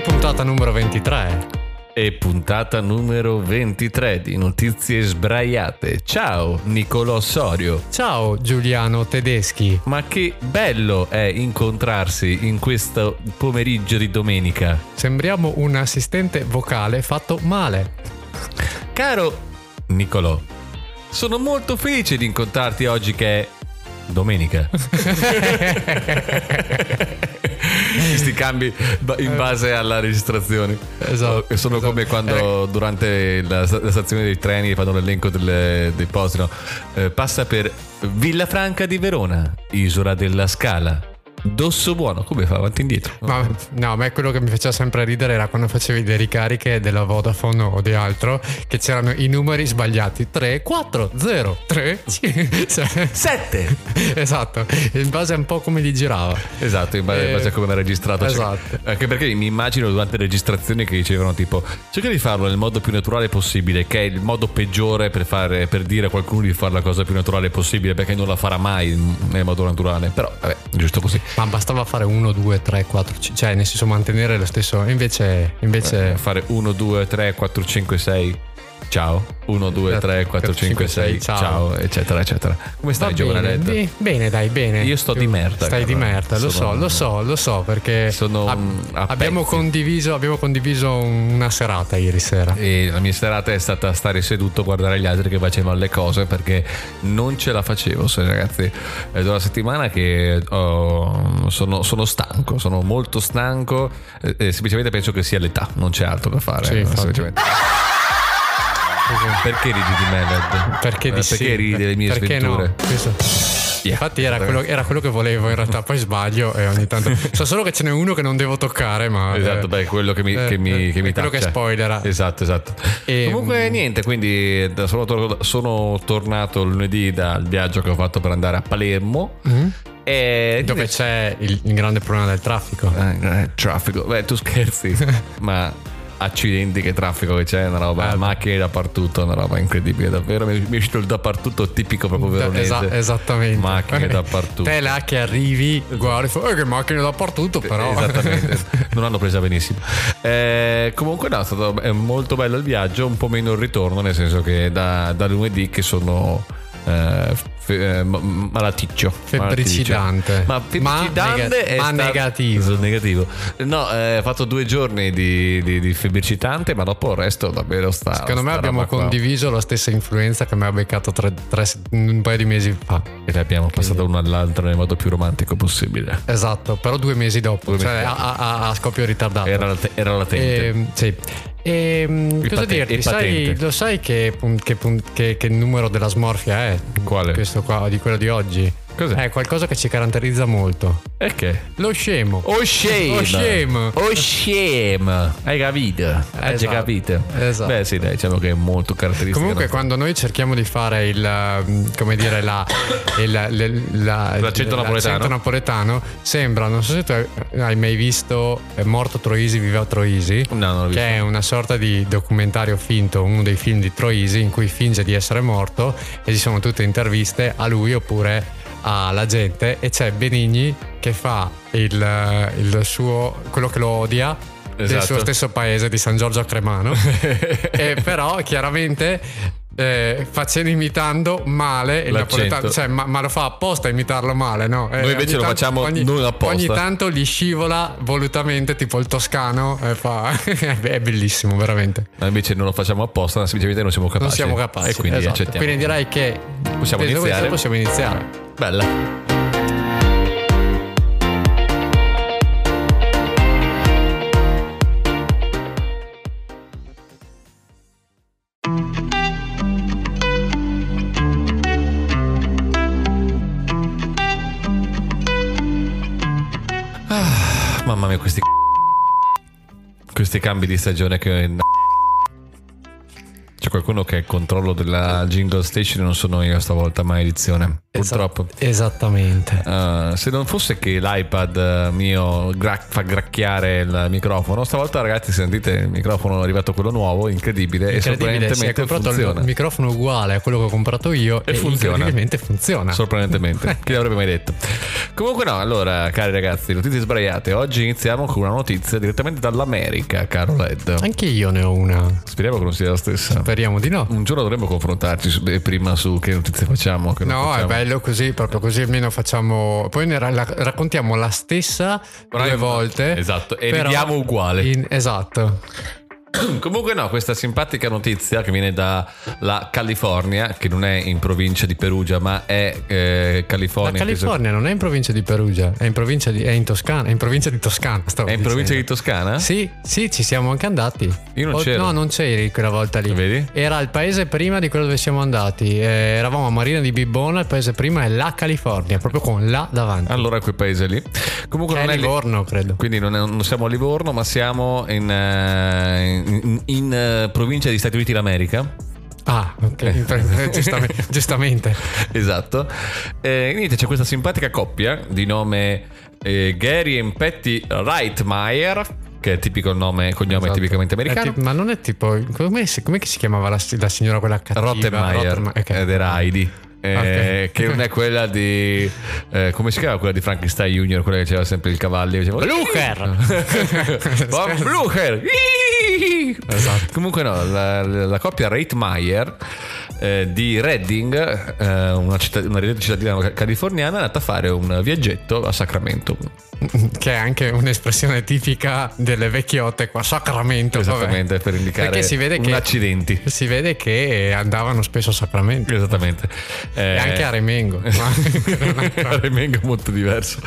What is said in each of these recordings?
puntata numero 23. E puntata numero 23 di Notizie Sbraiate. Ciao Nicolò Sorio. Ciao Giuliano Tedeschi. Ma che bello è incontrarsi in questo pomeriggio di domenica. Sembriamo un assistente vocale fatto male. Caro Nicolò, sono molto felice di incontrarti oggi che è domenica. Questi cambi ba- in base alla registrazione. Esatto, Sono esatto. come quando durante la, sta- la stazione dei treni fanno l'elenco delle- dei posti. no? Eh, passa per Villafranca di Verona, Isola della Scala, Dosso Buono. Come fa avanti e indietro? Ma no, a me quello che mi faceva sempre ridere era quando facevi le ricariche della Vodafone o di altro, che c'erano i numeri sbagliati: 3, 4, 0, 3. Cioè, Sette! esatto, in base a un po' come li girava. Esatto, in base, Eh, in base a come era registrato. cioè- esatto. anche perché mi immagino durante le registrazioni che dicevano tipo cerca di farlo nel modo più naturale possibile, che è il modo peggiore per, fare, per dire a qualcuno di fare la cosa più naturale possibile, perché non la farà mai nel modo naturale. Però, vabbè, giusto così. Ma bastava fare 1, 2, 3, 4, 5, cioè nel senso mantenere lo stesso. Invece, invece Eh, Fare 1, 2, 3, 4, 5, 6. Ciao. 1, Eh, 2, 3, 4, 5, 6. Ciao. Ciao, eccetera, eccetera. Va Come stai, bene, giovaneletta? di- bene, dai, bene. Io sto di merda, Stai di Carlo. merda, lo Sono- so, lo so, lo so, perché Sono ab- mm, a abbiamo, pezzi. condiviso, abbiamo condiviso una serata ieri sera. E la mia serata è stata stare seduto a guardare gli altri che facevano le cose perché non ce la facevo, se- ragazzi. È da una settimana che oh, sono, sono stanco, sono molto stanco. eh, eh, semplicemente penso che sia l'età, non c'è altro da fare. Sì, infatti. semplicemente. Perché ridi di me, Led? Perché, Eh, di sì? Perché ridi delle mie Perché no? sventure? Questo- Yeah. Infatti era quello, era quello che volevo in realtà, poi sbaglio e ogni tanto... So solo che ce n'è uno che non devo toccare, ma... Esatto, eh, dai, quello che mi, eh, che mi, eh, che mi quello che taccia. spoilera. Esatto, esatto. E, Comunque, mm, niente, quindi da- sono, tor- sono tornato lunedì dal viaggio che ho fatto per andare a Palermo. Mm? E Dove c'è il, il grande problema del traffico. Eh, eh, traffico, beh, tu scherzi, ma accidenti che traffico che c'è, una roba, Eh. macchine dappertutto, una roba incredibile, davvero. Mi mi è uscito il dappertutto tipico proprio veronese. Esa- esattamente. Macchine dappertutto. Te là che arrivi, guardi, fai, "Eh, che macchine dappertutto però. Esattamente, non l'hanno presa benissimo. Eh, comunque, no, è stato è molto bello il viaggio, un po' meno il ritorno, nel senso che da, da lunedì che sono eh, fe- eh, ma- malaticcio. Febbricidante. Ma febbricitante nega- è ma sta- negativo. negativo. No, eh, ho fatto due giorni di, di, di febbricitante, ma dopo il resto davvero sta. Secondo me sta abbiamo roba qua. condiviso la stessa influenza che mi ha beccato tre- tre- un paio di mesi fa. E le abbiamo passato uno all'altro nel modo più romantico possibile. Esatto, però due mesi dopo, Due mesi cioè dopo. A, a- a scoppio ritardato. Era, late- era latente. Ehm, sì. Ehm, cosa patente- dirti? il Sai, patente. lo sai che, pun- che pun- che- che numero della smorfia è? Quale? Questo qua, di quello di oggi. Cos'è? È qualcosa che ci caratterizza molto. E che? Lo scemo. O scemo. O scemo. O scemo. Oh, Hai capito? Hai Esatto. capito? Esatto. Beh sì, dai, diciamo che è molto caratteristico. Comunque, no? quando noi cerchiamo di fare il ehm, come dire la, il, le- la- L'accento l'accento napoletano. napoletano, sembra. Non so se tu hai- hai mai visto È morto Troisi, viva Troisi. No, non l'ho visto. Che è una sorta di documentario finto, uno dei film di Troisi in cui finge di essere morto e ci sono tutte interviste a lui oppure alla gente e c'è Benigni che fa il, eh, il suo quello che lo odia del Esatto. suo stesso paese di San Giorgio a Cremano e però chiaramente eh, facendo imitando male il L'accento. napoletano cioè, ma, ma lo fa apposta a imitarlo male no? Eh, Noi invece ogni lo facciamo ogni, non apposta. ogni tanto gli scivola volutamente tipo il toscano e fa è bellissimo veramente Noi invece non lo facciamo apposta, ma semplicemente non siamo capaci. non siamo capaci E quindi esatto. accettiamo. quindi direi che Possiamo dove iniziare? siamo? possiamo iniziare Bella. Ah, Mamma mia, questi c- questi cambi di stagione che cioè qualcuno che ha il controllo della jingle station non sono io stavolta, maledizione. Purtroppo. Esa- esattamente. Uh, se non fosse che l'iPad eh, mio gra- fa gracchiare il microfono, stavolta ragazzi sentite il microfono è arrivato quello nuovo, Incredibile, incredibile, e si è sorprendentemente comprato funziona. il microfono uguale a quello che ho comprato io E e, funziona. incredibilmente funziona. Sorprendentemente, chi l'avrebbe mai detto? Comunque no, allora cari ragazzi, notizie sbagliate, oggi iniziamo con una notizia direttamente dall'America, caro Led. Anche io ne ho una. Speriamo che non sia la stessa. Speriamo di no. Un giorno dovremmo confrontarci su- eh, prima su che notizie facciamo. Che non No, è facciamo. bello così, proprio così almeno facciamo. Poi ne ra- la- raccontiamo la stessa Però due in- volte. esatto, e però ridiamo uguale. in- esatto. Comunque no, questa simpatica notizia che viene dalla California, che non è in provincia di Perugia, ma è eh, La California. California non è in provincia di Perugia, è in provincia di, è in Toscana, è in provincia di Toscana. È in provincia di Toscana? Sì, sì, ci siamo anche andati. Io non c'ero. No, non c'eri quella volta lì. Vedi? Era il paese prima di quello dove siamo andati. Eh, eravamo a Marina di Bibbona, il paese prima è la California, proprio con la davanti. Allora quel paese lì. Ah, Comunque Che non è è lì. Livorno, credo. Quindi non, è- non siamo a Livorno, ma siamo in, eh, in- in, eh, provincia degli Stati Uniti d'America. Ah, Eh. ok. giustamente. giustamente. Esatto. Eh, niente, c'è questa simpatica coppia di nome eh, Gary e Petty Reitmeier, che è tipico nome, cognome Esatto. tipicamente È americano. tipo- ma non è tipo. Come si, com'è che si chiamava la, la signora quella cattiva? Rottenmeier Rottenmeier, ok. ed era Heidi. eh, Ok. Che non è quella di. eh, come si chiama quella di Frankenstein Junior? Quella che c'era sempre il cavallo. e Diceva, Blucher! Von Blucher! Esatto. Comunque, no, la, la coppia Reitmeier eh, di Redding, eh, una, città- una reddito cittadina ca- californiana, è andata a fare un viaggetto a Oh, Sacramento. che è anche un'espressione tipica delle vecchiotte qua, sacramento. vabbè. Esattamente per indicare Perché si vede un che- accidenti. Si vede che andavano spesso a sacramento. Esattamente. E Eh, anche a Remengo. ma anche non ancora. Remengo è molto diverso.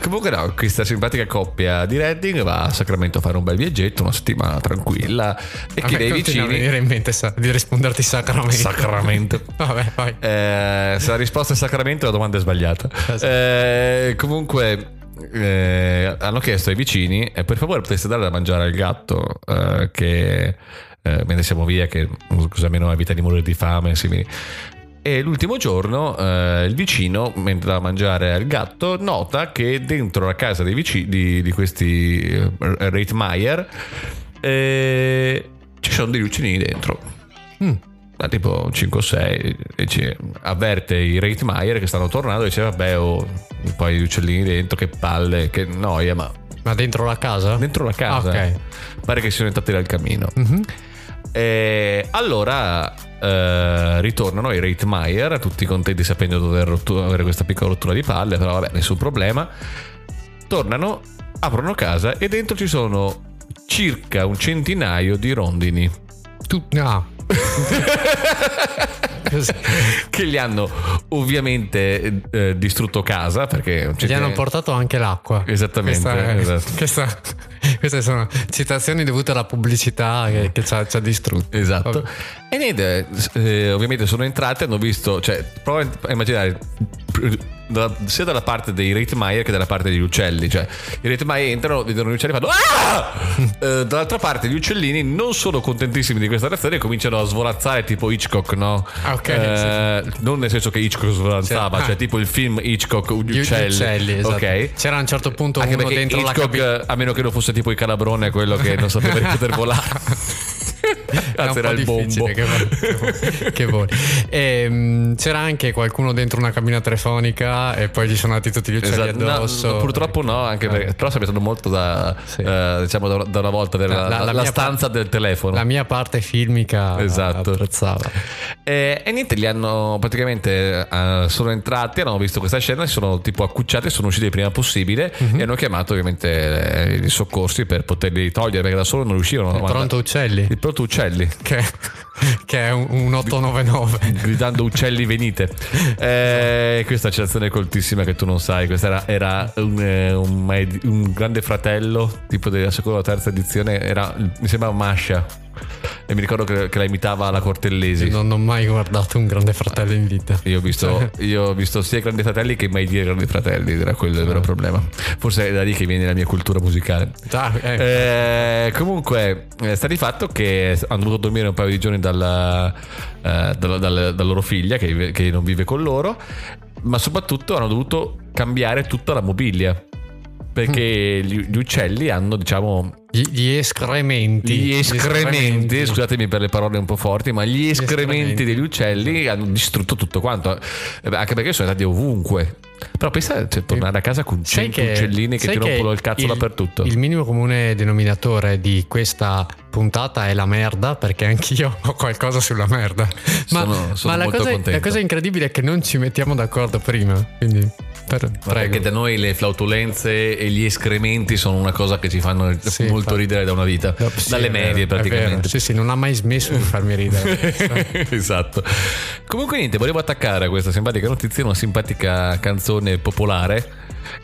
Comunque, no, questa simpatica coppia di Redding va a Sacramento a fare un bel viaggetto, una settimana tranquilla. E A chi me dei continua a vicini. venire in mente sa- di risponderti sacramento. Sacramento. Vabbè, vai. Eh, se la risposta è Sacramento, la domanda è sbagliata. Esatto. Eh, comunque. eh, hanno chiesto ai vicini eh, per favore poteste dare da mangiare al gatto eh, che eh, mentre siamo via che scusa meno evita di morire di fame simili. e l'ultimo giorno eh, il vicino mentre dà da mangiare al gatto nota che dentro la casa dei vicini di, di questi eh, Reitmeier eh, ci sono dei lucini dentro Mm. ma tipo 5 o 6 e ci- avverte i Reitmeier che stanno tornando e dice vabbè oh, poi gli uccellini dentro che palle che noia ma Ma dentro la casa? Ah, dentro la casa eh, Ok. pare che siano entrati dal camino Mhm. e allora eh, ritornano i Reitmeier tutti contenti sapendo di aver rotto- avere questa piccola rottura di palle però vabbè nessun problema tornano aprono casa e dentro ci sono circa un centinaio di rondini Tu, no. Così. che gli hanno ovviamente eh, distrutto casa perché Gli hanno portato anche l'acqua. Esattamente, Questa, esatto. questa- queste sono citazioni dovute alla pubblicità che, che ci ha, ci ha distrutto. Mm. Esatto. Vabbè. E niente, eh, ovviamente sono entrate, hanno visto, cioè, prova a immaginare pr- da- sia dalla parte dei Reitmeier che dalla parte degli uccelli, cioè i Reitmeier entrano, vedono gli uccelli e fanno "Ah!" Eh, dall'altra parte gli uccellini non sono contentissimi di questa reazione e cominciano a svolazzare tipo Hitchcock, no? Ah, ok, Eh, non nel senso che Hitchcock svolazzava, Cioè, ah. cioè tipo il film Hitchcock gli Gli uccelli, uccelli, esatto. ok? C'era a un certo punto Anche uno perché dentro la Hitchcock, cabina. eh, a meno che non fosse tipo il calabrone, quello che non sapeva di poter volare. Era un Anzi, era po' il difficile bombo. Che, voli- che voli. Ehm, c'era anche qualcuno dentro una cabina telefonica e poi gli sono andati tutti gli uccelli Esatto, no, addosso. Ecco. no, purtroppo no, anche perché, però sarebbe stato molto da, Sì. eh, diciamo, da, da una volta La- della, la- la la mia stanza del telefono. La mia parte filmica Esatto. apprezzava. Eh, e niente, li hanno praticamente eh, sono entrati, hanno visto questa scena, si sono tipo accucciati, sono usciti il prima possibile Mhm. e hanno chiamato ovviamente eh, i soccorsi per poterli togliere perché da solo non riuscivano. a Il pronto uccelli, il pronto uccelli. che, che è un, un 899. gridando uccelli venite eh, questa citazione è coltissima che tu non sai questa era, era un, eh, un maed- un grande fratello tipo della seconda o terza edizione era, mi sembra Masha e mi ricordo che, che la imitava la Cortellesi. Non ho mai guardato un grande fratello in vita. Io ho, visto, io ho visto sia i Grandi Fratelli che mai dire Grandi Fratelli, era quello il vero problema. Forse è da lì che viene la mia cultura musicale. Già, eh, Eh, comunque, eh, sta di fatto che hanno dovuto dormire un paio di giorni dalla, eh, dalla- dalla- dalla loro figlia che, vive- che non vive con loro, ma soprattutto hanno dovuto cambiare tutta la mobilia. Perché gli, gli uccelli hanno, diciamo, gli, gli escrementi. gli escrementi, scusatemi per le parole un po' forti, ma gli escrementi. escrementi degli uccelli hanno distrutto tutto quanto. Eh, beh, Anche perché sono andati ovunque. Però pensa, cioè, tornare a casa con 100 uccellini che sai ti rompono il cazzo il- dappertutto. Il minimo comune denominatore di questa puntata è la merda, perché anch'io ho qualcosa sulla merda. Ma, Sono- sono ma la, molto cosa, contento. la cosa incredibile è che non ci mettiamo d'accordo prima. Quindi, per- Ma Perché prego. da noi le flautolenze e gli escrementi sono una cosa che ci fanno Sì, molto infatti. ridere da una vita, No, sì, dalle è vero, medie è vero. praticamente. Sì, sì, non ha mai smesso di farmi ridere. esatto. Comunque niente, volevo attaccare a questa simpatica notizia una simpatica canzone popolare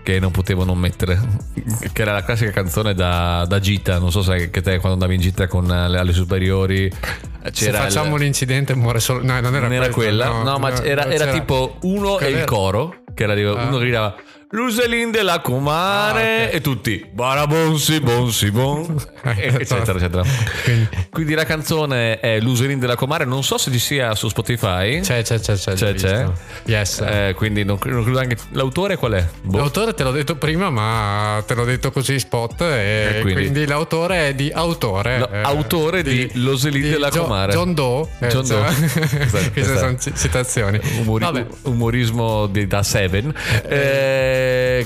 che non potevo non mettere, che era la classica canzone da, da gita, non so se che te quando andavi in gita con le, alle superiori Se c'era il- facciamo l'incidente muore solo... No, non era, non era quella, no, ma era, era c'era- tipo uno e il Quella- coro, che era tipo, Ah. uno gridava Luselin della Cumare Ah, ok. e tutti Barabonsi, bonsi, bon, cioè, eccetera, eccetera. Quindi- Quindi la canzone è Luselin della Comare, non so se ci sia su Spotify, C'è, c'è, c'è, c'è. C'è, l'ho c'è? visto. Yes. Eh, quindi non, non credo anche... L'autore qual è? Boh. L'autore te l'ho detto prima, ma te l'ho detto così spot. E E quindi? quindi? l'autore è di autore. No, eh, autore di L'Oselin della Gio- Comare. John Doe. eh, John cioè- Doe. Esatto, Queste sono esatto. ci- citazioni. Umori- Vabbè. umorismo di- da Seven. Eh,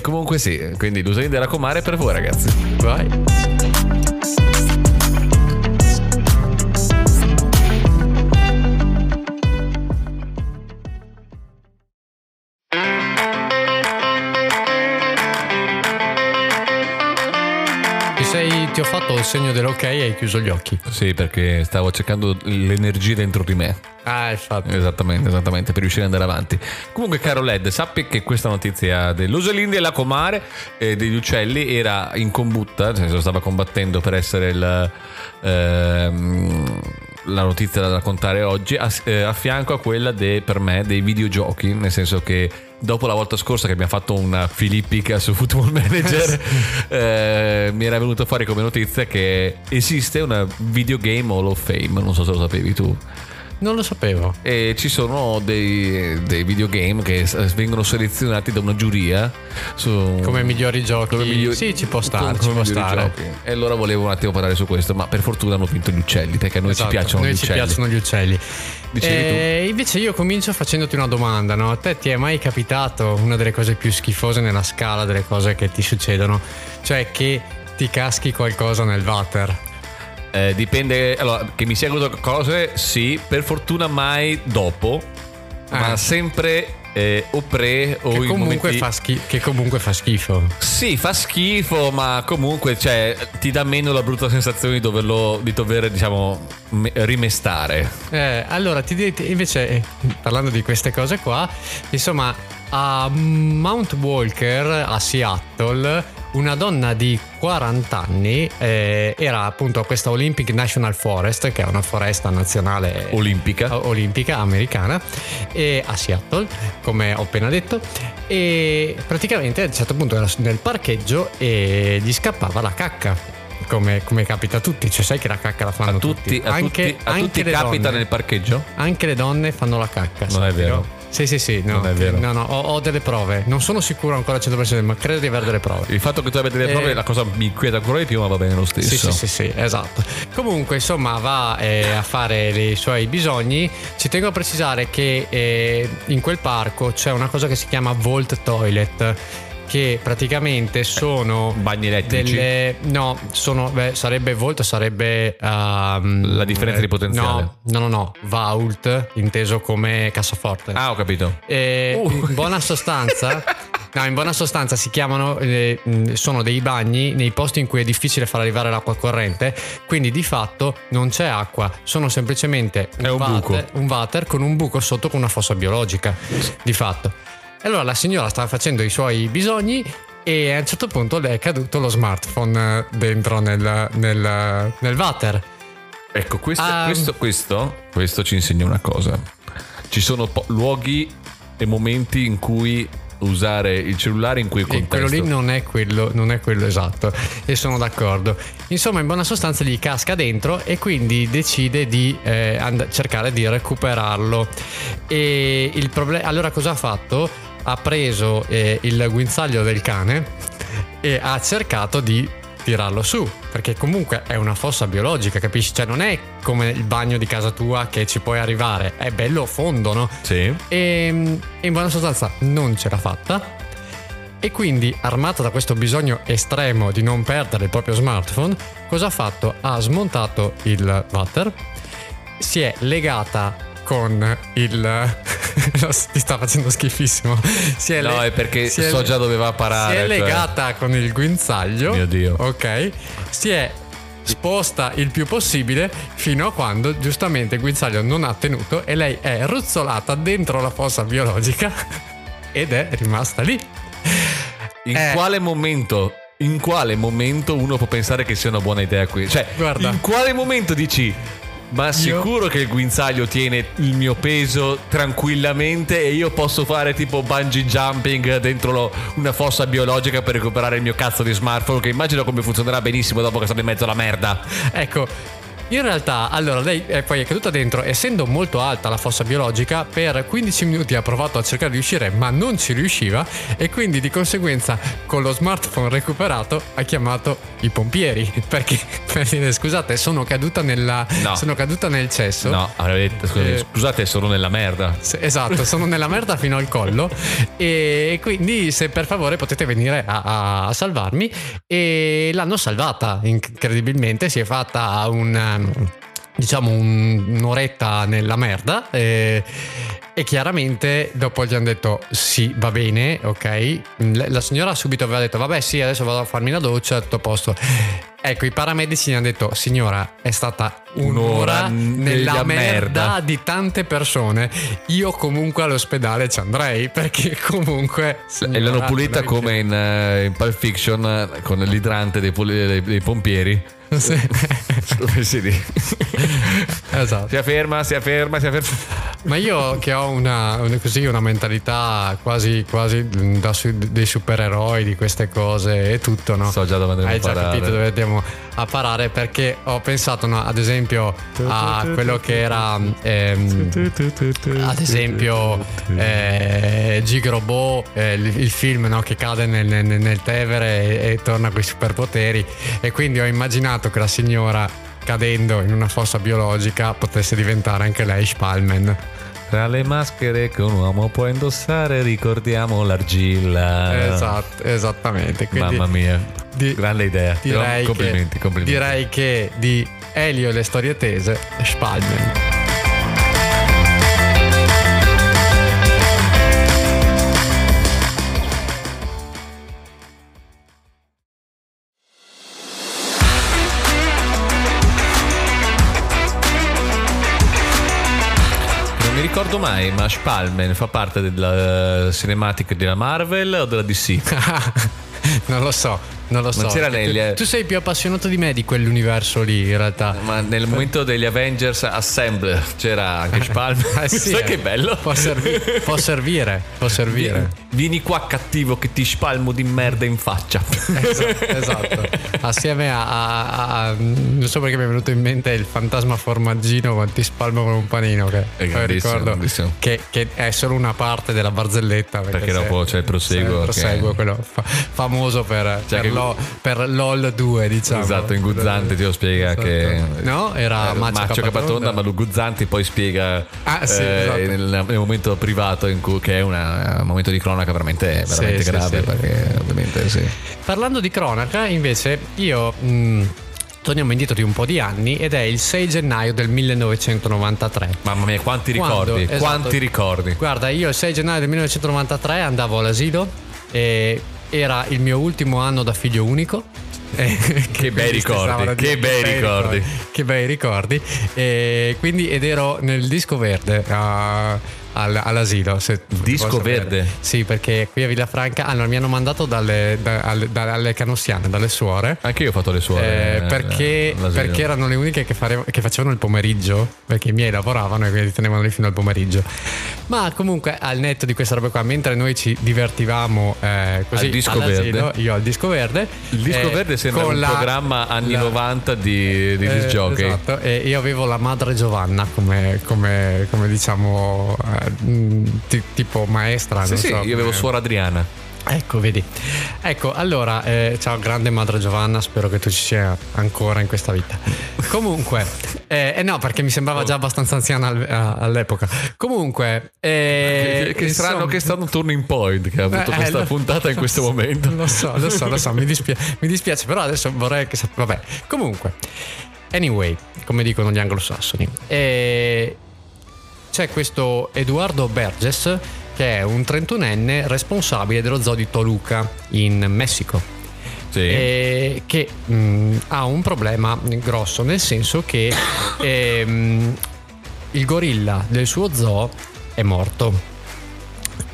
comunque sì, quindi Luselin della Comare è per voi ragazzi. Vai. Ti sei- Ti ho fatto il segno dell'ok e hai chiuso gli occhi. Sì, perché stavo cercando l'energia dentro di me. Ah, infatti. Esattamente, esattamente, per riuscire ad andare avanti. Comunque, caro Led, sappi che questa notizia dell'Uselin della Comare e degli uccelli era in combutta, nel senso stava combattendo per essere il, ehm, la notizia da raccontare oggi, a, eh, a fianco a quella de- per me dei videogiochi, nel senso che dopo la volta scorsa che abbiamo fatto una filippica su Football Manager, eh, mi era venuto fuori come notizia che esiste una videogame Hall of Fame, non so se lo sapevi tu. Non lo sapevo. E ci sono dei, dei videogame che s- vengono selezionati da una giuria su- Come migliori giochi. come migliori- Sì, ci può come- stare, come ci può migliori stare. giochi. E allora volevo un attimo parlare su questo, ma per fortuna hanno vinto gli uccelli, perché a noi Esatto, ci piacciono noi gli ci uccelli. piacciono gli uccelli. Dicevi Eh, Invece io comincio facendoti una domanda, no? A te ti è mai capitato una delle cose più schifose nella scala delle cose che ti succedono? Cioè che ti caschi qualcosa nel water? Eh, dipende, allora, che mi seguono cose, sì, per fortuna mai dopo, Ah. ma sempre eh, o pre Che o in comunque, momenti... fa schi- che comunque fa schifo. Sì, fa schifo, ma comunque cioè, ti dà meno la brutta sensazione di doverlo, di dover, diciamo, me- rimestare. Eh, allora, ti direte invece, eh, parlando di queste cose qua, insomma, a Mount Walker, a Seattle, una donna di 40 anni eh, era appunto a questa Olympic National Forest, che è una foresta nazionale Eh, Olimpica. o- olimpica americana e a Seattle, come ho appena detto, e praticamente a un certo punto era nel parcheggio e gli scappava la cacca. Come, come capita a tutti, cioè sai che la cacca la A fanno tutti, a anche, tutti, a anche tutti le capita donne. nel parcheggio? Anche le donne fanno la cacca. Non è sappilo. vero. Sì, sì, sì, no, Non è vero. no, no, ho, ho delle prove. Non sono sicuro ancora al 100%, ma credo di avere delle prove. Il fatto che tu abbia delle Eh. prove è la cosa mi inquieta ancora di più, ma va bene lo stesso. Sì, sì, sì, sì, esatto. Comunque, insomma, va eh, a fare i suoi bisogni. Ci tengo a precisare che eh, in quel parco c'è una cosa che si chiama Vault Toilet, che Eh, praticamente sono Bagni elettrici. delle no sono beh, sarebbe volt sarebbe ehm, La differenza di potenziale. no no no no vault inteso come cassaforte Ah, ho capito. Eh, Uh. in buona sostanza no in buona sostanza si chiamano eh, mh, sono dei bagni nei posti in cui è difficile far arrivare l'acqua corrente quindi di fatto non c'è acqua sono semplicemente È un water- buco. un water con un buco sotto con una fossa biologica di fatto e allora la signora stava facendo i suoi bisogni e a un certo punto le è caduto lo smartphone eh, dentro nel, nel, nel water. Ecco, questo, Ah. questo, questo, questo ci insegna una cosa. Ci sono po- luoghi e momenti in cui usare il cellulare in quei E contesti. quello lì non è quello, non è quello esatto e sono d'accordo. Insomma, in buona sostanza gli casca dentro e quindi decide di eh, and- cercare di recuperarlo. E il proble- allora cosa ha fatto? Ha preso eh, il guinzaglio del cane e ha cercato di tirarlo su perché comunque è una fossa biologica capisci cioè non è come il bagno di casa tua che ci puoi arrivare è bello fondo no Sì. Ehm, e in buona sostanza non ce l'ha fatta e quindi armata da questo bisogno estremo di non perdere il proprio smartphone cosa ha fatto? ha smontato il water si è legata con il No, ti sta facendo schifissimo si è No, le- è perché si è so le- già dove va a parare. si è cioè- legata con il guinzaglio Mio Dio. ok si è sposta il più possibile fino a quando giustamente il guinzaglio non ha tenuto e lei è ruzzolata dentro la fossa biologica ed è rimasta lì In Eh. quale momento? In quale momento uno può pensare che sia una buona idea qui? Cioè, Guarda. in quale momento dici ma sicuro che il guinzaglio tiene il mio peso tranquillamente e io posso fare tipo bungee jumping dentro lo- una fossa biologica per recuperare il mio cazzo di smartphone che immagino come funzionerà benissimo dopo che sono in mezzo alla merda. Ecco, in realtà, allora lei eh, poi è caduta dentro, essendo molto alta la fossa biologica, per 15 minuti ha provato a cercare di uscire, ma non ci riusciva e quindi di conseguenza con lo smartphone recuperato ha chiamato i pompieri, perché per dire, scusate, sono caduta nella No. sono caduta nel cesso. No, avrei detto, scusate, Eh. scusate, sono nella merda. S- Esatto, sono nella merda fino al collo e quindi se per favore potete venire a- a, a salvarmi e l'hanno salvata incredibilmente, si è fatta un um, diciamo un- un'oretta nella merda e, e chiaramente dopo gli hanno detto sì va bene ok la la signora subito aveva detto vabbè sì adesso vado a farmi una doccia tutto a posto ecco i paramedici gli hanno detto signora è stata un'ora, Un'ora nella nella merda." merda di tante persone. Io comunque all'ospedale ci andrei perché comunque... E l'hanno pulita come signora, in, eh, in Pulp Fiction eh, con l'idrante dei, pul- dei- dei pompieri. Sì. Come si dice? esatto. Sia ferma, sia ferma, sia ferma. Ma io che ho una, una- così, una mentalità quasi, quasi da su- dei supereroi, di queste cose e tutto, no? So già dove andremo Hai a già parare. capito dove andiamo a parare perché ho pensato no, ad esempio a quello che era ehm, ad esempio eh, Gig Robot eh, il, il film no, che cade nel, nel- nel Tevere e, e torna con i superpoteri e quindi ho immaginato che la signora cadendo in una fossa biologica potesse diventare anche lei Spalman Tra le maschere che un uomo può indossare, ricordiamo l'argilla. Esatto, esattamente quindi Ah. Mamma mia, di- grande idea. Però direi, complimenti, che, complimenti. direi che di Elio e le storie tese Spalman Non mi ricordo mai, ma Spalman fa parte della eh, cinematic della Marvel o della DC? non lo so, non lo so. c'era Perché tu- nel- Tu sei più appassionato di me di quell'universo lì, in realtà. Ma nel momento degli Avengers Assemble c'era anche Spalman. Eh, sì, Sai eh. che bello? Può, servi- può servire, può servire. Vieni, vieni qua cattivo che ti spalmo di merda in faccia. Esatto, esatto. assieme a, a- a- non so perché mi è venuto in mente il fantasma formaggino quando ti spalmo con un panino che È poi grandissimo, ricordo grandissimo. Che, che è solo una parte della barzelletta perché, Perché dopo c'è il proseguo il proseguo che- quello fa- famoso per, per Cioè che- lo- per LOL 2 diciamo Esatto, in Guzzanti ti lo spiega Esatto. che... no era Eh, Macio, Maccio Capatonda, Capatonda ma lo Guzzanti poi spiega eh, Ah, sì, esatto. nel, nel momento privato in cui che è una- un momento di cronaca veramente, Sì, veramente sì, grave sì. perché ovviamente sì. Parlando di cronaca, invece, io. mh, torniamo indietro di un po' di anni ed è il 6 gennaio del 1993. Mamma mia, quanti Quando? ricordi, Esatto. quanti ricordi. Guarda, io il 6 gennaio del 1993 andavo all'asilo e era il mio ultimo anno da figlio unico. Eh, quindi bei si ricordi, stavano a dire che bei ricordi. Che bei ricordi. E quindi, ed ero nel disco verde a, al- all'asilo. se Disco vuoi sapere. verde. Sì, perché qui a Villafranca ah, no, mi hanno mandato dalle, da- alle- dalle canossiane, dalle suore. Anche io ho fatto le suore. Eh, perché, eh, all'asilo. perché erano le uniche che, fare- che facevano il pomeriggio perché i miei lavoravano e quindi tenevano lì fino al pomeriggio ma comunque al netto di questa roba qua mentre noi ci divertivamo eh, così Al disco all'asilo, verde. io al disco verde Il disco eh, verde sembra con un la- programma anni la- 90 di, di eh, disc jockey. esatto e io avevo la madre Giovanna come, come- come diciamo eh, mh, ti- tipo maestra Sì, non sì, so, io avevo come- suora Adriana. Ecco, vedi. Ecco, allora, eh, ciao grande madre Giovanna, spero che tu ci sia ancora in questa vita. Comunque, eh, eh no, perché mi sembrava già abbastanza anziana al- a- all'epoca. Comunque, eh, che, che strano insomma- che è stato un turning point che ha avuto Eh, questa lo- puntata in lo questo so, momento. Lo so, lo so, lo so, mi, dispia- mi dispiace, però adesso vorrei che... sap- Vabbè, comunque, anyway, come dicono gli anglosassoni, eh, c'è questo Eduardo Berges che è un 31enne responsabile dello zoo di Toluca in Messico Sì. eh, che mh, ha un problema grosso, nel senso che ehm, il gorilla del suo zoo è morto.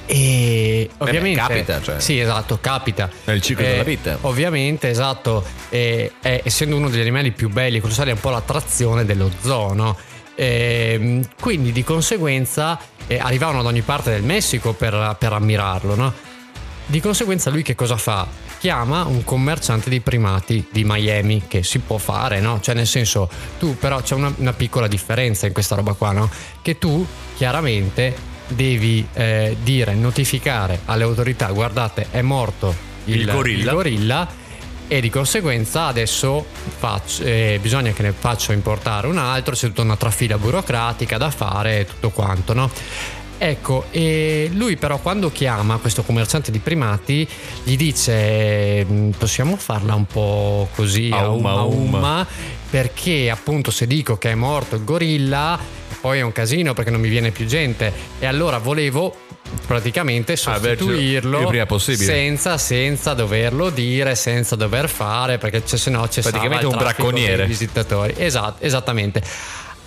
E ovviamente capita, cioè. Sì, esatto, capita. Eh, È il ciclo della vita. Ovviamente, esatto, eh, è- essendo uno degli animali più belli, colossali, è un po' l'attrazione dello zoo, no? Ehm, quindi di conseguenza eh, arrivavano ad ogni parte del Messico per, per ammirarlo, no? Di conseguenza lui che cosa fa? Chiama un commerciante di primati di Miami, che si può fare, no? Cioè nel senso, tu però c'è una, una piccola differenza in questa roba qua, no? Che tu chiaramente devi eh, dire, notificare alle autorità, guardate, è morto il, Il gorilla. il gorilla e di conseguenza adesso faccio- eh, bisogna che ne faccio importare un altro, c'è tutta una trafila burocratica da fare e tutto quanto, no? Ecco, e lui però quando chiama questo commerciante di primati gli dice "Mm, possiamo farla un po' così a Aum, umma aum." umma perché appunto se dico che è morto il gorilla poi è un casino perché non mi viene più gente e allora volevo praticamente Avercelo sostituirlo Ah, cioè, il prima possibile. senza, senza doverlo dire, senza dover fare perché se no c'è Praticamente un bracconiere. visitatori. Esatto, esattamente.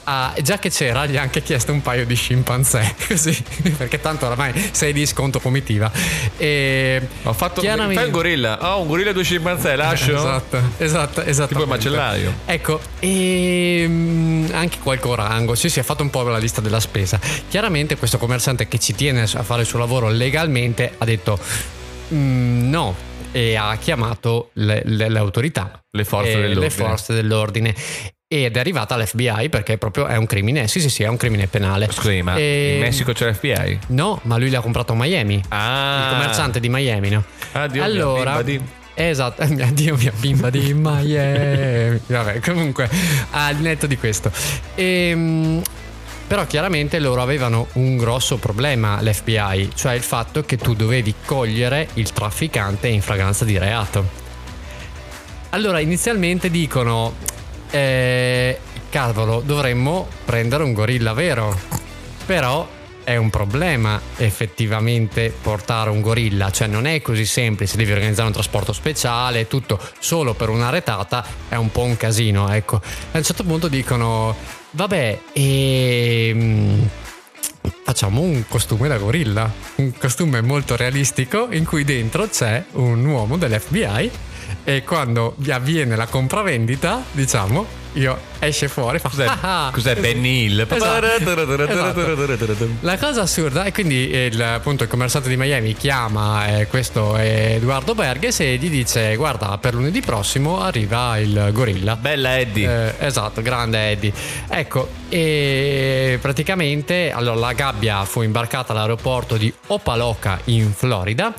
Ah, già che c'era, gli ha anche chiesto un paio di scimpanzé, così, perché tanto oramai sei di sconto comitiva. E Ho fatto chiaramente- fai un gorilla. Oh, un gorilla e due scimpanzé, lascio. Esatto, esatto, esatto. Tipo il macellaio. Ecco, e mm, anche qualche orango, sì, si è fatto un po' la lista della spesa. Chiaramente questo commerciante che ci tiene a fare il suo lavoro legalmente ha detto "Mm, no e ha chiamato le, le- le autorità, Le forze eh, dell'ordine. le forze dell'ordine. Ed è arrivata all'FBI perché proprio è un crimine. Sì, sì, sì, è un crimine penale. Scusi, ma E- in Messico c'è l'FBI? No, ma lui l'ha comprato a Miami. Ah, Il commerciante di Miami, no? Ah, Dio mio, allora, bimba di- esatto, mia- Dio mia bimba di Miami. Vabbè, comunque, al netto di questo. Ehm, però chiaramente loro avevano un grosso problema, l'FBI, cioè il fatto che tu dovevi cogliere il trafficante in fragranza di reato. Allora, inizialmente dicono, eh, cavolo, dovremmo prendere un gorilla vero, però è un problema effettivamente portare un gorilla, cioè non è così semplice, devi organizzare un trasporto speciale, tutto solo per una retata è un po' un casino, ecco. A un certo punto dicono, vabbè, ehm, Facciamo un costume da gorilla, un costume molto realistico in cui dentro c'è un uomo dell'FBI e quando vi avviene la compravendita, diciamo, io esce fuori e fa... Cos'è, "Ah ah". cos'è Benny Hill? Esatto. Esatto. La cosa assurda è quindi il, appunto il commerciante di Miami chiama eh, questo Eduardo Berges e gli dice guarda per lunedì prossimo arriva il gorilla. Bella Eddie. Eh, esatto, grande Eddie. Ecco, e praticamente allora, la gabbia fu imbarcata all'aeroporto di Opaloca in Florida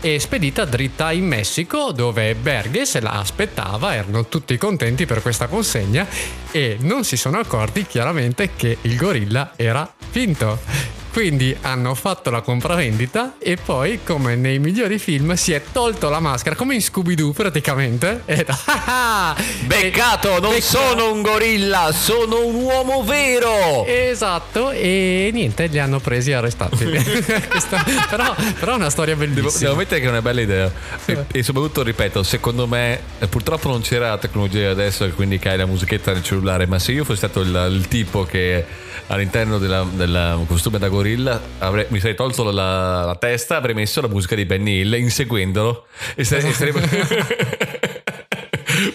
e spedita dritta in Messico dove Berges la aspettava, erano tutti contenti per questa consegna e non si sono accorti chiaramente che il gorilla era finto. Quindi hanno fatto la compravendita e poi, come nei migliori film, si è tolto la maschera, come in Scooby-Doo praticamente. E ah, ah! Beccato, non Beccato. sono un gorilla, sono un uomo vero. Esatto, e niente, li hanno presi e arrestati. Questa- però, però è una storia Devo, bellissima. devo ammettere che è una bella idea. E, Sì. e soprattutto, ripeto, secondo me, eh, purtroppo non c'era la tecnologia adesso, e quindi che hai la musichetta nel cellulare. Ma se io fossi stato il, il tipo che all'interno della, della- un costume da Hill avrei- mi sarei tolto la, la testa, avrei messo la musica di Benny Hill inseguendolo e sare- e sarebbe...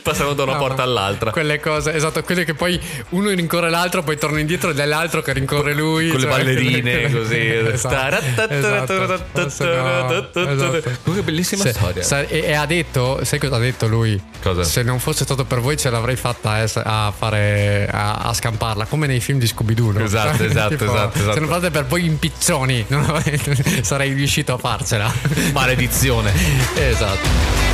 Passavano da una Ah, porta ma all'altra. Quelle cose, esatto, quelle che poi uno rincorre l'altro, poi torna indietro ed è l'altro che rincorre lui. con le cioè- ballerine così esatto. esatto. Se no- esatto. comunque bellissima Se- storia sa- e, e ha detto, sai cosa ha detto lui? Cosa? Se non fosse stato per voi ce l'avrei fatta a ess- a, fare, a, a scamparla, come nei film di Scooby-Doo. no? Esatto, Cioè, esatto, esatto, esatto. Se non fate per voi in piccioni, non avrei- sarei riuscito a farcela. maledizione esatto.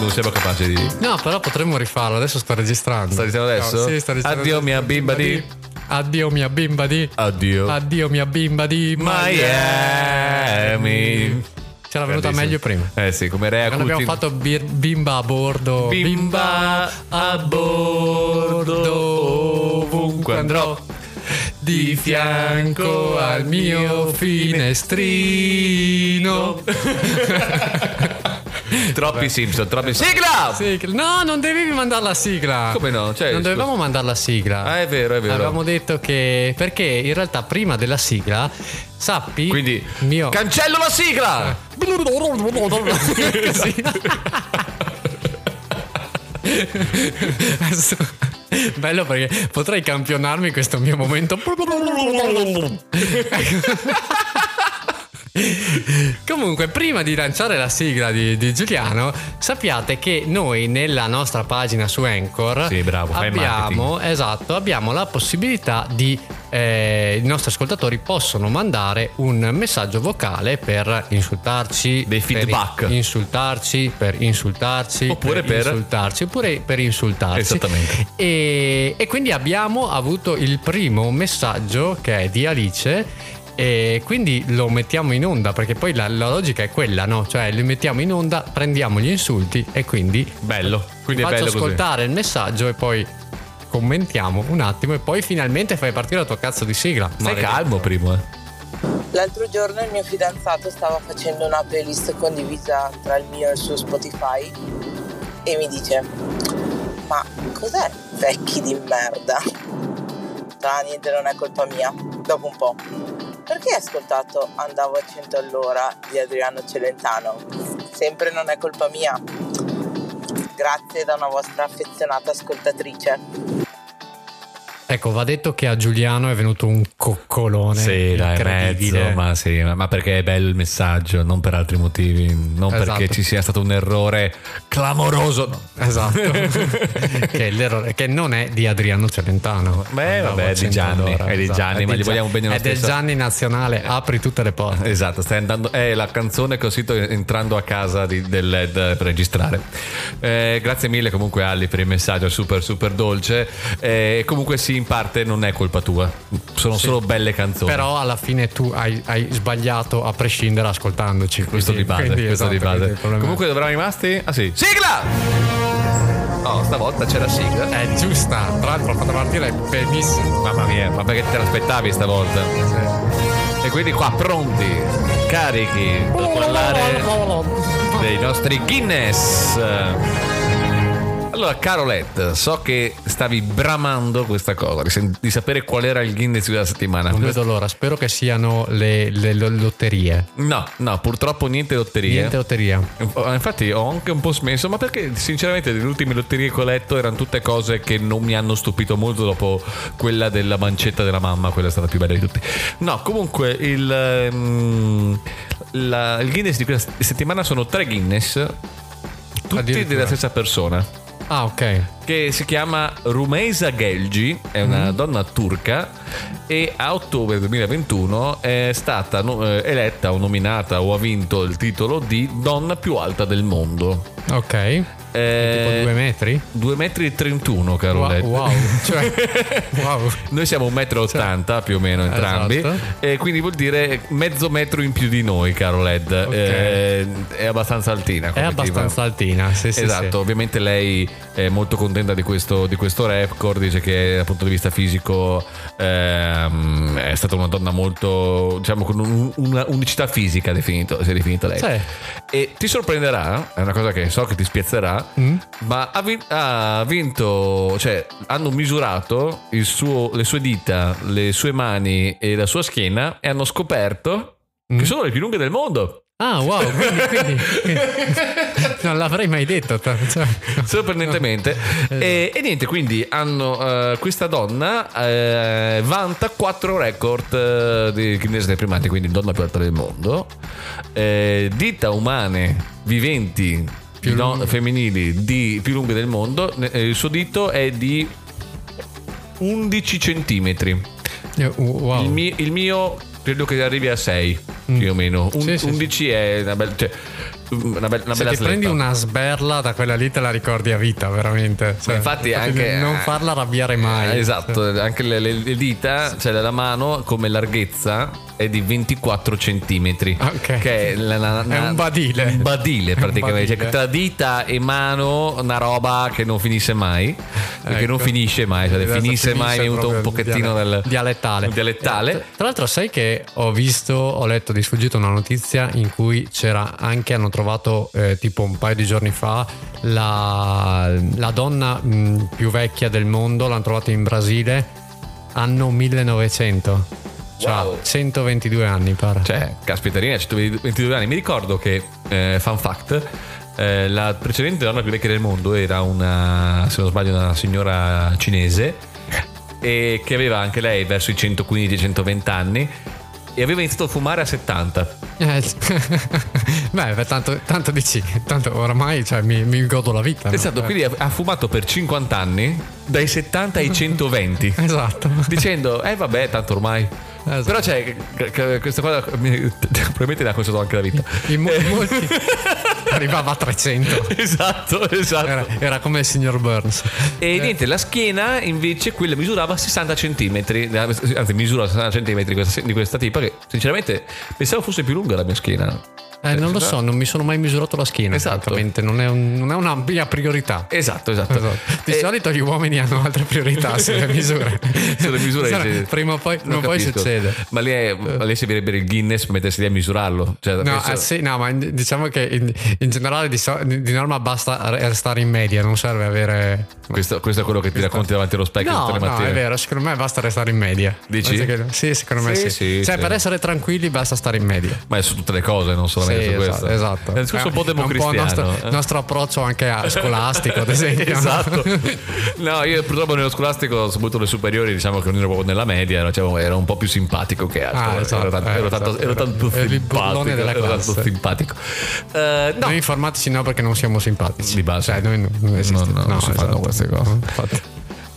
non siamo capaci di No, però potremmo rifarlo, adesso sto registrando. Sta registrando adesso? No, sì, sta registrando. Addio, mia bimba di- Addio mia bimba di. addio Addio mia bimba di Miami Ce l'ha venuta meglio prima. eh sì come rea Quando abbiamo Culkin fatto bir- bimba a bordo. Bimba a bordo, ovunque andrò. Di fianco al mio finestrino. troppi Simpson troppi sigla Sigla- No, non dovevi mandare la sigla. Come no? Cioè, non scusa. dovevamo mandare la sigla. ah è vero è vero Avevamo detto che perché in realtà prima della sigla sappi quindi mio Eh. cancello la sigla Così. Adesso- Bello perché potrei campionarmi in questo mio momento. Comunque, prima di lanciare la sigla di, di Giuliano, sappiate che noi nella nostra pagina su Anchor Sì, bravo, fai abbiamo, esatto, abbiamo la possibilità di eh, i nostri ascoltatori possono mandare un messaggio vocale per insultarci, Dei per feedback. insultarci, per insultarci, Oppure per- insultarci, oppure per insultarci. Esattamente. E, e quindi abbiamo avuto il primo messaggio che è di Alice. E quindi lo mettiamo in onda perché poi la, la logica è quella, no? Cioè li mettiamo in onda, prendiamo gli insulti e quindi bello quindi è faccio bello così ascoltare il messaggio e poi commentiamo un attimo e poi finalmente fai partire la tua cazzo di sigla. stai Maledetto. calmo prima eh L'altro giorno il mio fidanzato stava facendo una playlist condivisa tra il mio e il suo Spotify e mi dice ma cos'è vecchi di merda? Ah niente non è colpa mia, dopo un po'. Perché hai ascoltato Andavo a 100 all'ora di Adriano Celentano? Sempre non è colpa mia. Grazie da una vostra affezionata ascoltatrice. Ecco, va detto che a Giuliano è venuto un coccolone. Sì, dai, incredibile. mezzo, ma, sì, ma, ma perché è bello il messaggio, non per altri motivi, non Esatto. perché ci sia stato un errore clamoroso. No. Esatto, che, è l'errore- che non è di Adriano Celentano. Beh, Andavo vabbè, a è di 100 Gianni, all'ora, è di esatto. Gianni, È ma di gli Gia- vogliamo bene lo È del stesso. Gianni Nazionale, apri tutte le porte. Esatto, stai andando. È la canzone che ho sentito entrando a casa di- del LED per registrare. Eh, grazie mille, comunque, Ali, per il messaggio super, super dolce. Eh, comunque, sì, in parte non è colpa tua, sono solo belle canzoni. Però alla fine tu hai, hai sbagliato a prescindere ascoltandoci. Questo di quindi- base, quindi, questo di esatto, base. quindi il problema è- Comunque dovremmo rimasti? Ah sì. Sigla! Oh, stavolta c'è la sigla. Eh, è giusta, tra l'altro l'ho fatta partire benissimo. Mamma mia, ma perché te l'aspettavi stavolta? E quindi qua pronti, carichi per parlare dei nostri Guinness. Allora, Carolette, so che stavi bramando questa cosa, di, sen- di sapere qual era il Guinness della settimana. Non vedo l'ora, spero che siano le, le lo- lotterie. No, no, purtroppo niente lotterie. Niente lotteria. Eh, Infatti ho anche un po' smesso, ma perché sinceramente le ultime lotterie che ho letto erano tutte cose che non mi hanno stupito molto dopo quella della mancetta della mamma, quella è stata più bella di tutte. No, comunque il, ehm, la- il Guinness di questa settimana sono tre Guinness, tutti Addirittura. della stessa persona, Ah, ok. che si chiama Rumeysa Gelgi, è Mm-hmm. una donna turca e a ottobre 2021 è stata no- eh, eletta o nominata o ha vinto il titolo di donna più alta del mondo. Ok. tipo Eh, due metri? 2 metri e 31, caro Wow, Led. wow. Cioè, wow. Noi siamo 1,80 m più o meno entrambi, Eh, Esatto. e quindi vuol dire mezzo metro in più di noi, caro Led. Ok. Eh, è abbastanza altina. È come tipa. abbastanza altina, sì, sì, Esatto, sì. ovviamente lei è molto contenta di questo, di questo record, dice che dal punto di vista fisico ehm, è stata una donna molto, diciamo, con un- una unicità fisica, definito, si è definita lei. Sì. E ti sorprenderà, è una cosa che so che ti spiazzerà, Mm? ma ha, vin- ha vinto, cioè hanno misurato il suo- le sue dita, le sue mani e la sua schiena e hanno scoperto Mm. che sono le più lunghe del mondo. Ah, wow, quindi, quindi- quindi- non l'avrei mai detto. tra- cioè- Sorprendentemente. Esatto. e, e niente, quindi hanno, eh, questa donna eh, vanta quattro record eh, di Guinness dei primati, quindi donna più alta del mondo. Eh, dita umane viventi Più no, lunghe. femminili di- più lunghe del mondo. Ne- eh, il suo dito è di 11 centimetri. Eh, Wow. Il, mi- il mio credo che arrivi a 6 Mm. più o meno. Un- Sì, sì, sì. 11 è una bella... Cioè, una bella, una Se bella ti prendi atleta. una sberla da quella lì te la ricordi a vita, veramente. Cioè, Ma infatti anche non farla arrabbiare mai. Eh, Esatto, anche le, le- le dita, cioè la mano come larghezza è di 24 centimetri. Ah, Ok. Che è, la- la- la- È un badile. Un badile È un praticamente. badile. Cioè, tra dita e mano una roba che non finisce mai. Perché Ecco. non finisce mai, cioè Esatto, finisce mai, mi è venuto un proprio pochettino diale- del dialettale. dialettale. Eh, tra- Tra l'altro, sai che ho visto, ho letto di sfuggito una notizia in cui c'era anche, hanno trovato eh, tipo un paio di giorni fa la, la donna mh, più vecchia del mondo, l'hanno trovata in Brasile, anno 1900, cioè Wow. 122 anni pare. Cioè, caspiterina, 122 anni. Mi ricordo che, eh, fun fact, eh, la precedente donna più vecchia del mondo era una, se non sbaglio, una signora cinese e che aveva anche lei verso i 115-120 anni e aveva iniziato a fumare a 70. Eh, beh, beh, tanto, tanto dici, tanto oramai cioè, mi, mi godo la vita. no? Esatto, Eh, quindi ha ha fumato per 50 anni, dai 70 ai 120. Esatto. dicendo eh vabbè tanto ormai Esatto. però c'è questa cosa mi- probabilmente ne ha costato anche la vita In mo- Eh. molti- arrivava a 300. esatto esatto Era, era come il signor Burns. E niente, la schiena invece quella misurava 60 cm, anzi misura 60 cm di questa, di questa tipa che sinceramente pensavo fosse più lunga la mia schiena. Eh, non lo so, non mi sono mai misurato la schiena. Esatto. Esattamente, non è, un- non è una mia priorità. Esatto, esatto. Esatto. Di E- solito gli uomini hanno altre priorità sulle misure. Sulle misure Sai, sì. prima o poi, prima Non o poi capisco. succede. Ma lei, è- ma lei servirebbe il Guinness per mettersi lì a misurarlo. Cioè, No, penso- eh, sì, no, ma in- diciamo che in, in generale di, so- di norma basta restare in media, non serve avere. questo, questo è quello che ti racconti davanti allo specchio No, tutte le no, mattine. è vero, secondo me basta restare in media. Dici? Penso che- Sì, secondo me sì. Sì, sì, cioè, sì. per essere tranquilli basta stare in media. Ma è su tutte le cose, non solamente Sì, su esatto, questo. esatto. È un discorso Eh, un po' democristiano. nostro, eh. nostro approccio anche a scolastico, ad esempio. no? esatto. No, io purtroppo nello scolastico, soprattutto le superiori, diciamo che non ero proprio nella media, era, diciamo, era un po' più simpatico che altro. Ah, esatto, ero, tanto, eh, ero tanto- esatto. ero tanto Eri il simpatico. burlone della ero tanto classe. simpatico. Eh, no. Noi informatici no perché non siamo simpatici. Di base. Cioè, noi non, non esistiamo. no, non si fanno esatto. queste cose. Infatti.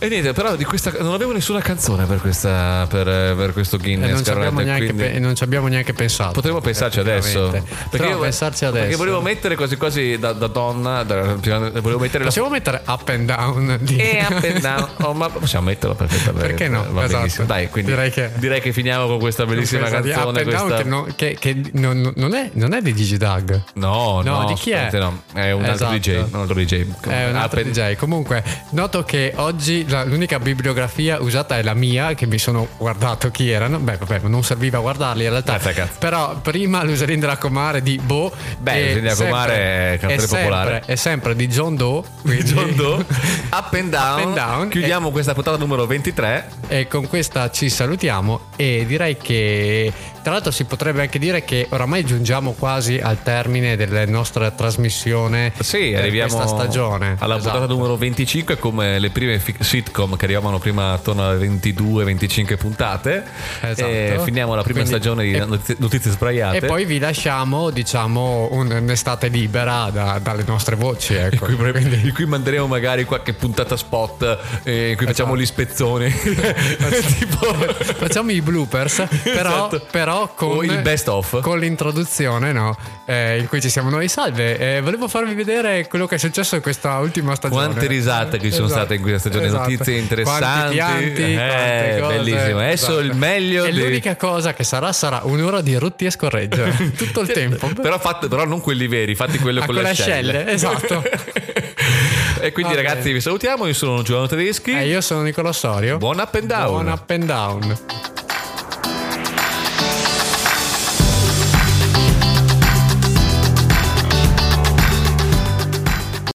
E niente, però di questa, non avevo nessuna canzone per, questa, per, per questo E Guinness. Eh, non, ci abbiamo Carolette, neanche, quindi- pe- non ci abbiamo neanche pensato. Potremmo pensarci adesso. Effettivamente. Potremmo io- pensarci adesso. Perché volevo mettere quasi quasi da, da donna. da- volevo mettere la Possiamo mettere up and down di... E up and down. Oh, ma possiamo metterlo perfettamente. Perché no? Va Esatto. benissimo. Dai, quindi direi Direi che, che- finiamo con questa bellissima Questa di canzone. Up and down questa- che, non, che- che non- non è, non è di Gigi Doug. No, no, No, di chi è? assolutamente No. È un altro Esatto. DJ. Un altro DJ. È un altro Up and- DJ. Comunque, noto che oggi la- l'unica bibliografia usata è la mia, che mi sono guardato chi erano. Beh, vabbè, non serviva a guardarli in realtà. Grazie, cazzo. Però prima l'userin della comare di Bo. Beh, e l'Userin della sempre- Comare è canzone e sempre- popolare. È sempre di John Doe. quindi- John Doe, up and down. Up and down. Chiudiamo questa puntata numero 23. E con questa ci salutiamo e direi che tra l'altro si potrebbe anche dire che oramai giungiamo quasi al termine della nostra trasmissione Sì, per arriviamo questa stagione. alla Esatto. puntata numero 25 come le prime fi- sitcom che arrivavano prima attorno alle 22-25 puntate. Esatto. E finiamo la prima Quindi- stagione di e- notizie, notizie sbraiate. E poi vi lasciamo, diciamo, un- un'estate libera da- dalle nostre voci. in Ecco. cui, pre- Quindi- in cui manderemo magari qualche puntata spot eh, Esatto. in cui facciamo gli spezzoni tipo Facciamo i bloopers, però, Esatto. però con, O il best of. con l'introduzione, no? Eh, in cui ci siamo noi. Salve, eh, volevo farvi vedere quello che è successo in questa ultima stagione. Quante risate che ci sono Esatto, state in questa stagione, esatto. notizie interessanti. Quanti pianti, Eh, quante cose. bellissimo. Adesso Esatto. il meglio E di- l'unica cosa che sarà sarà un'ora di rotti e scorregge tutto il tempo. però, fatte- però non quelli veri, fatti quello A con le quelle ascelle. ascelle, esatto. e E quindi Va bene. ragazzi vi salutiamo, Eh, io sono Giovanni Tedeschi. E io sono Nicola Sorio. Buon up and down. Buon up and down.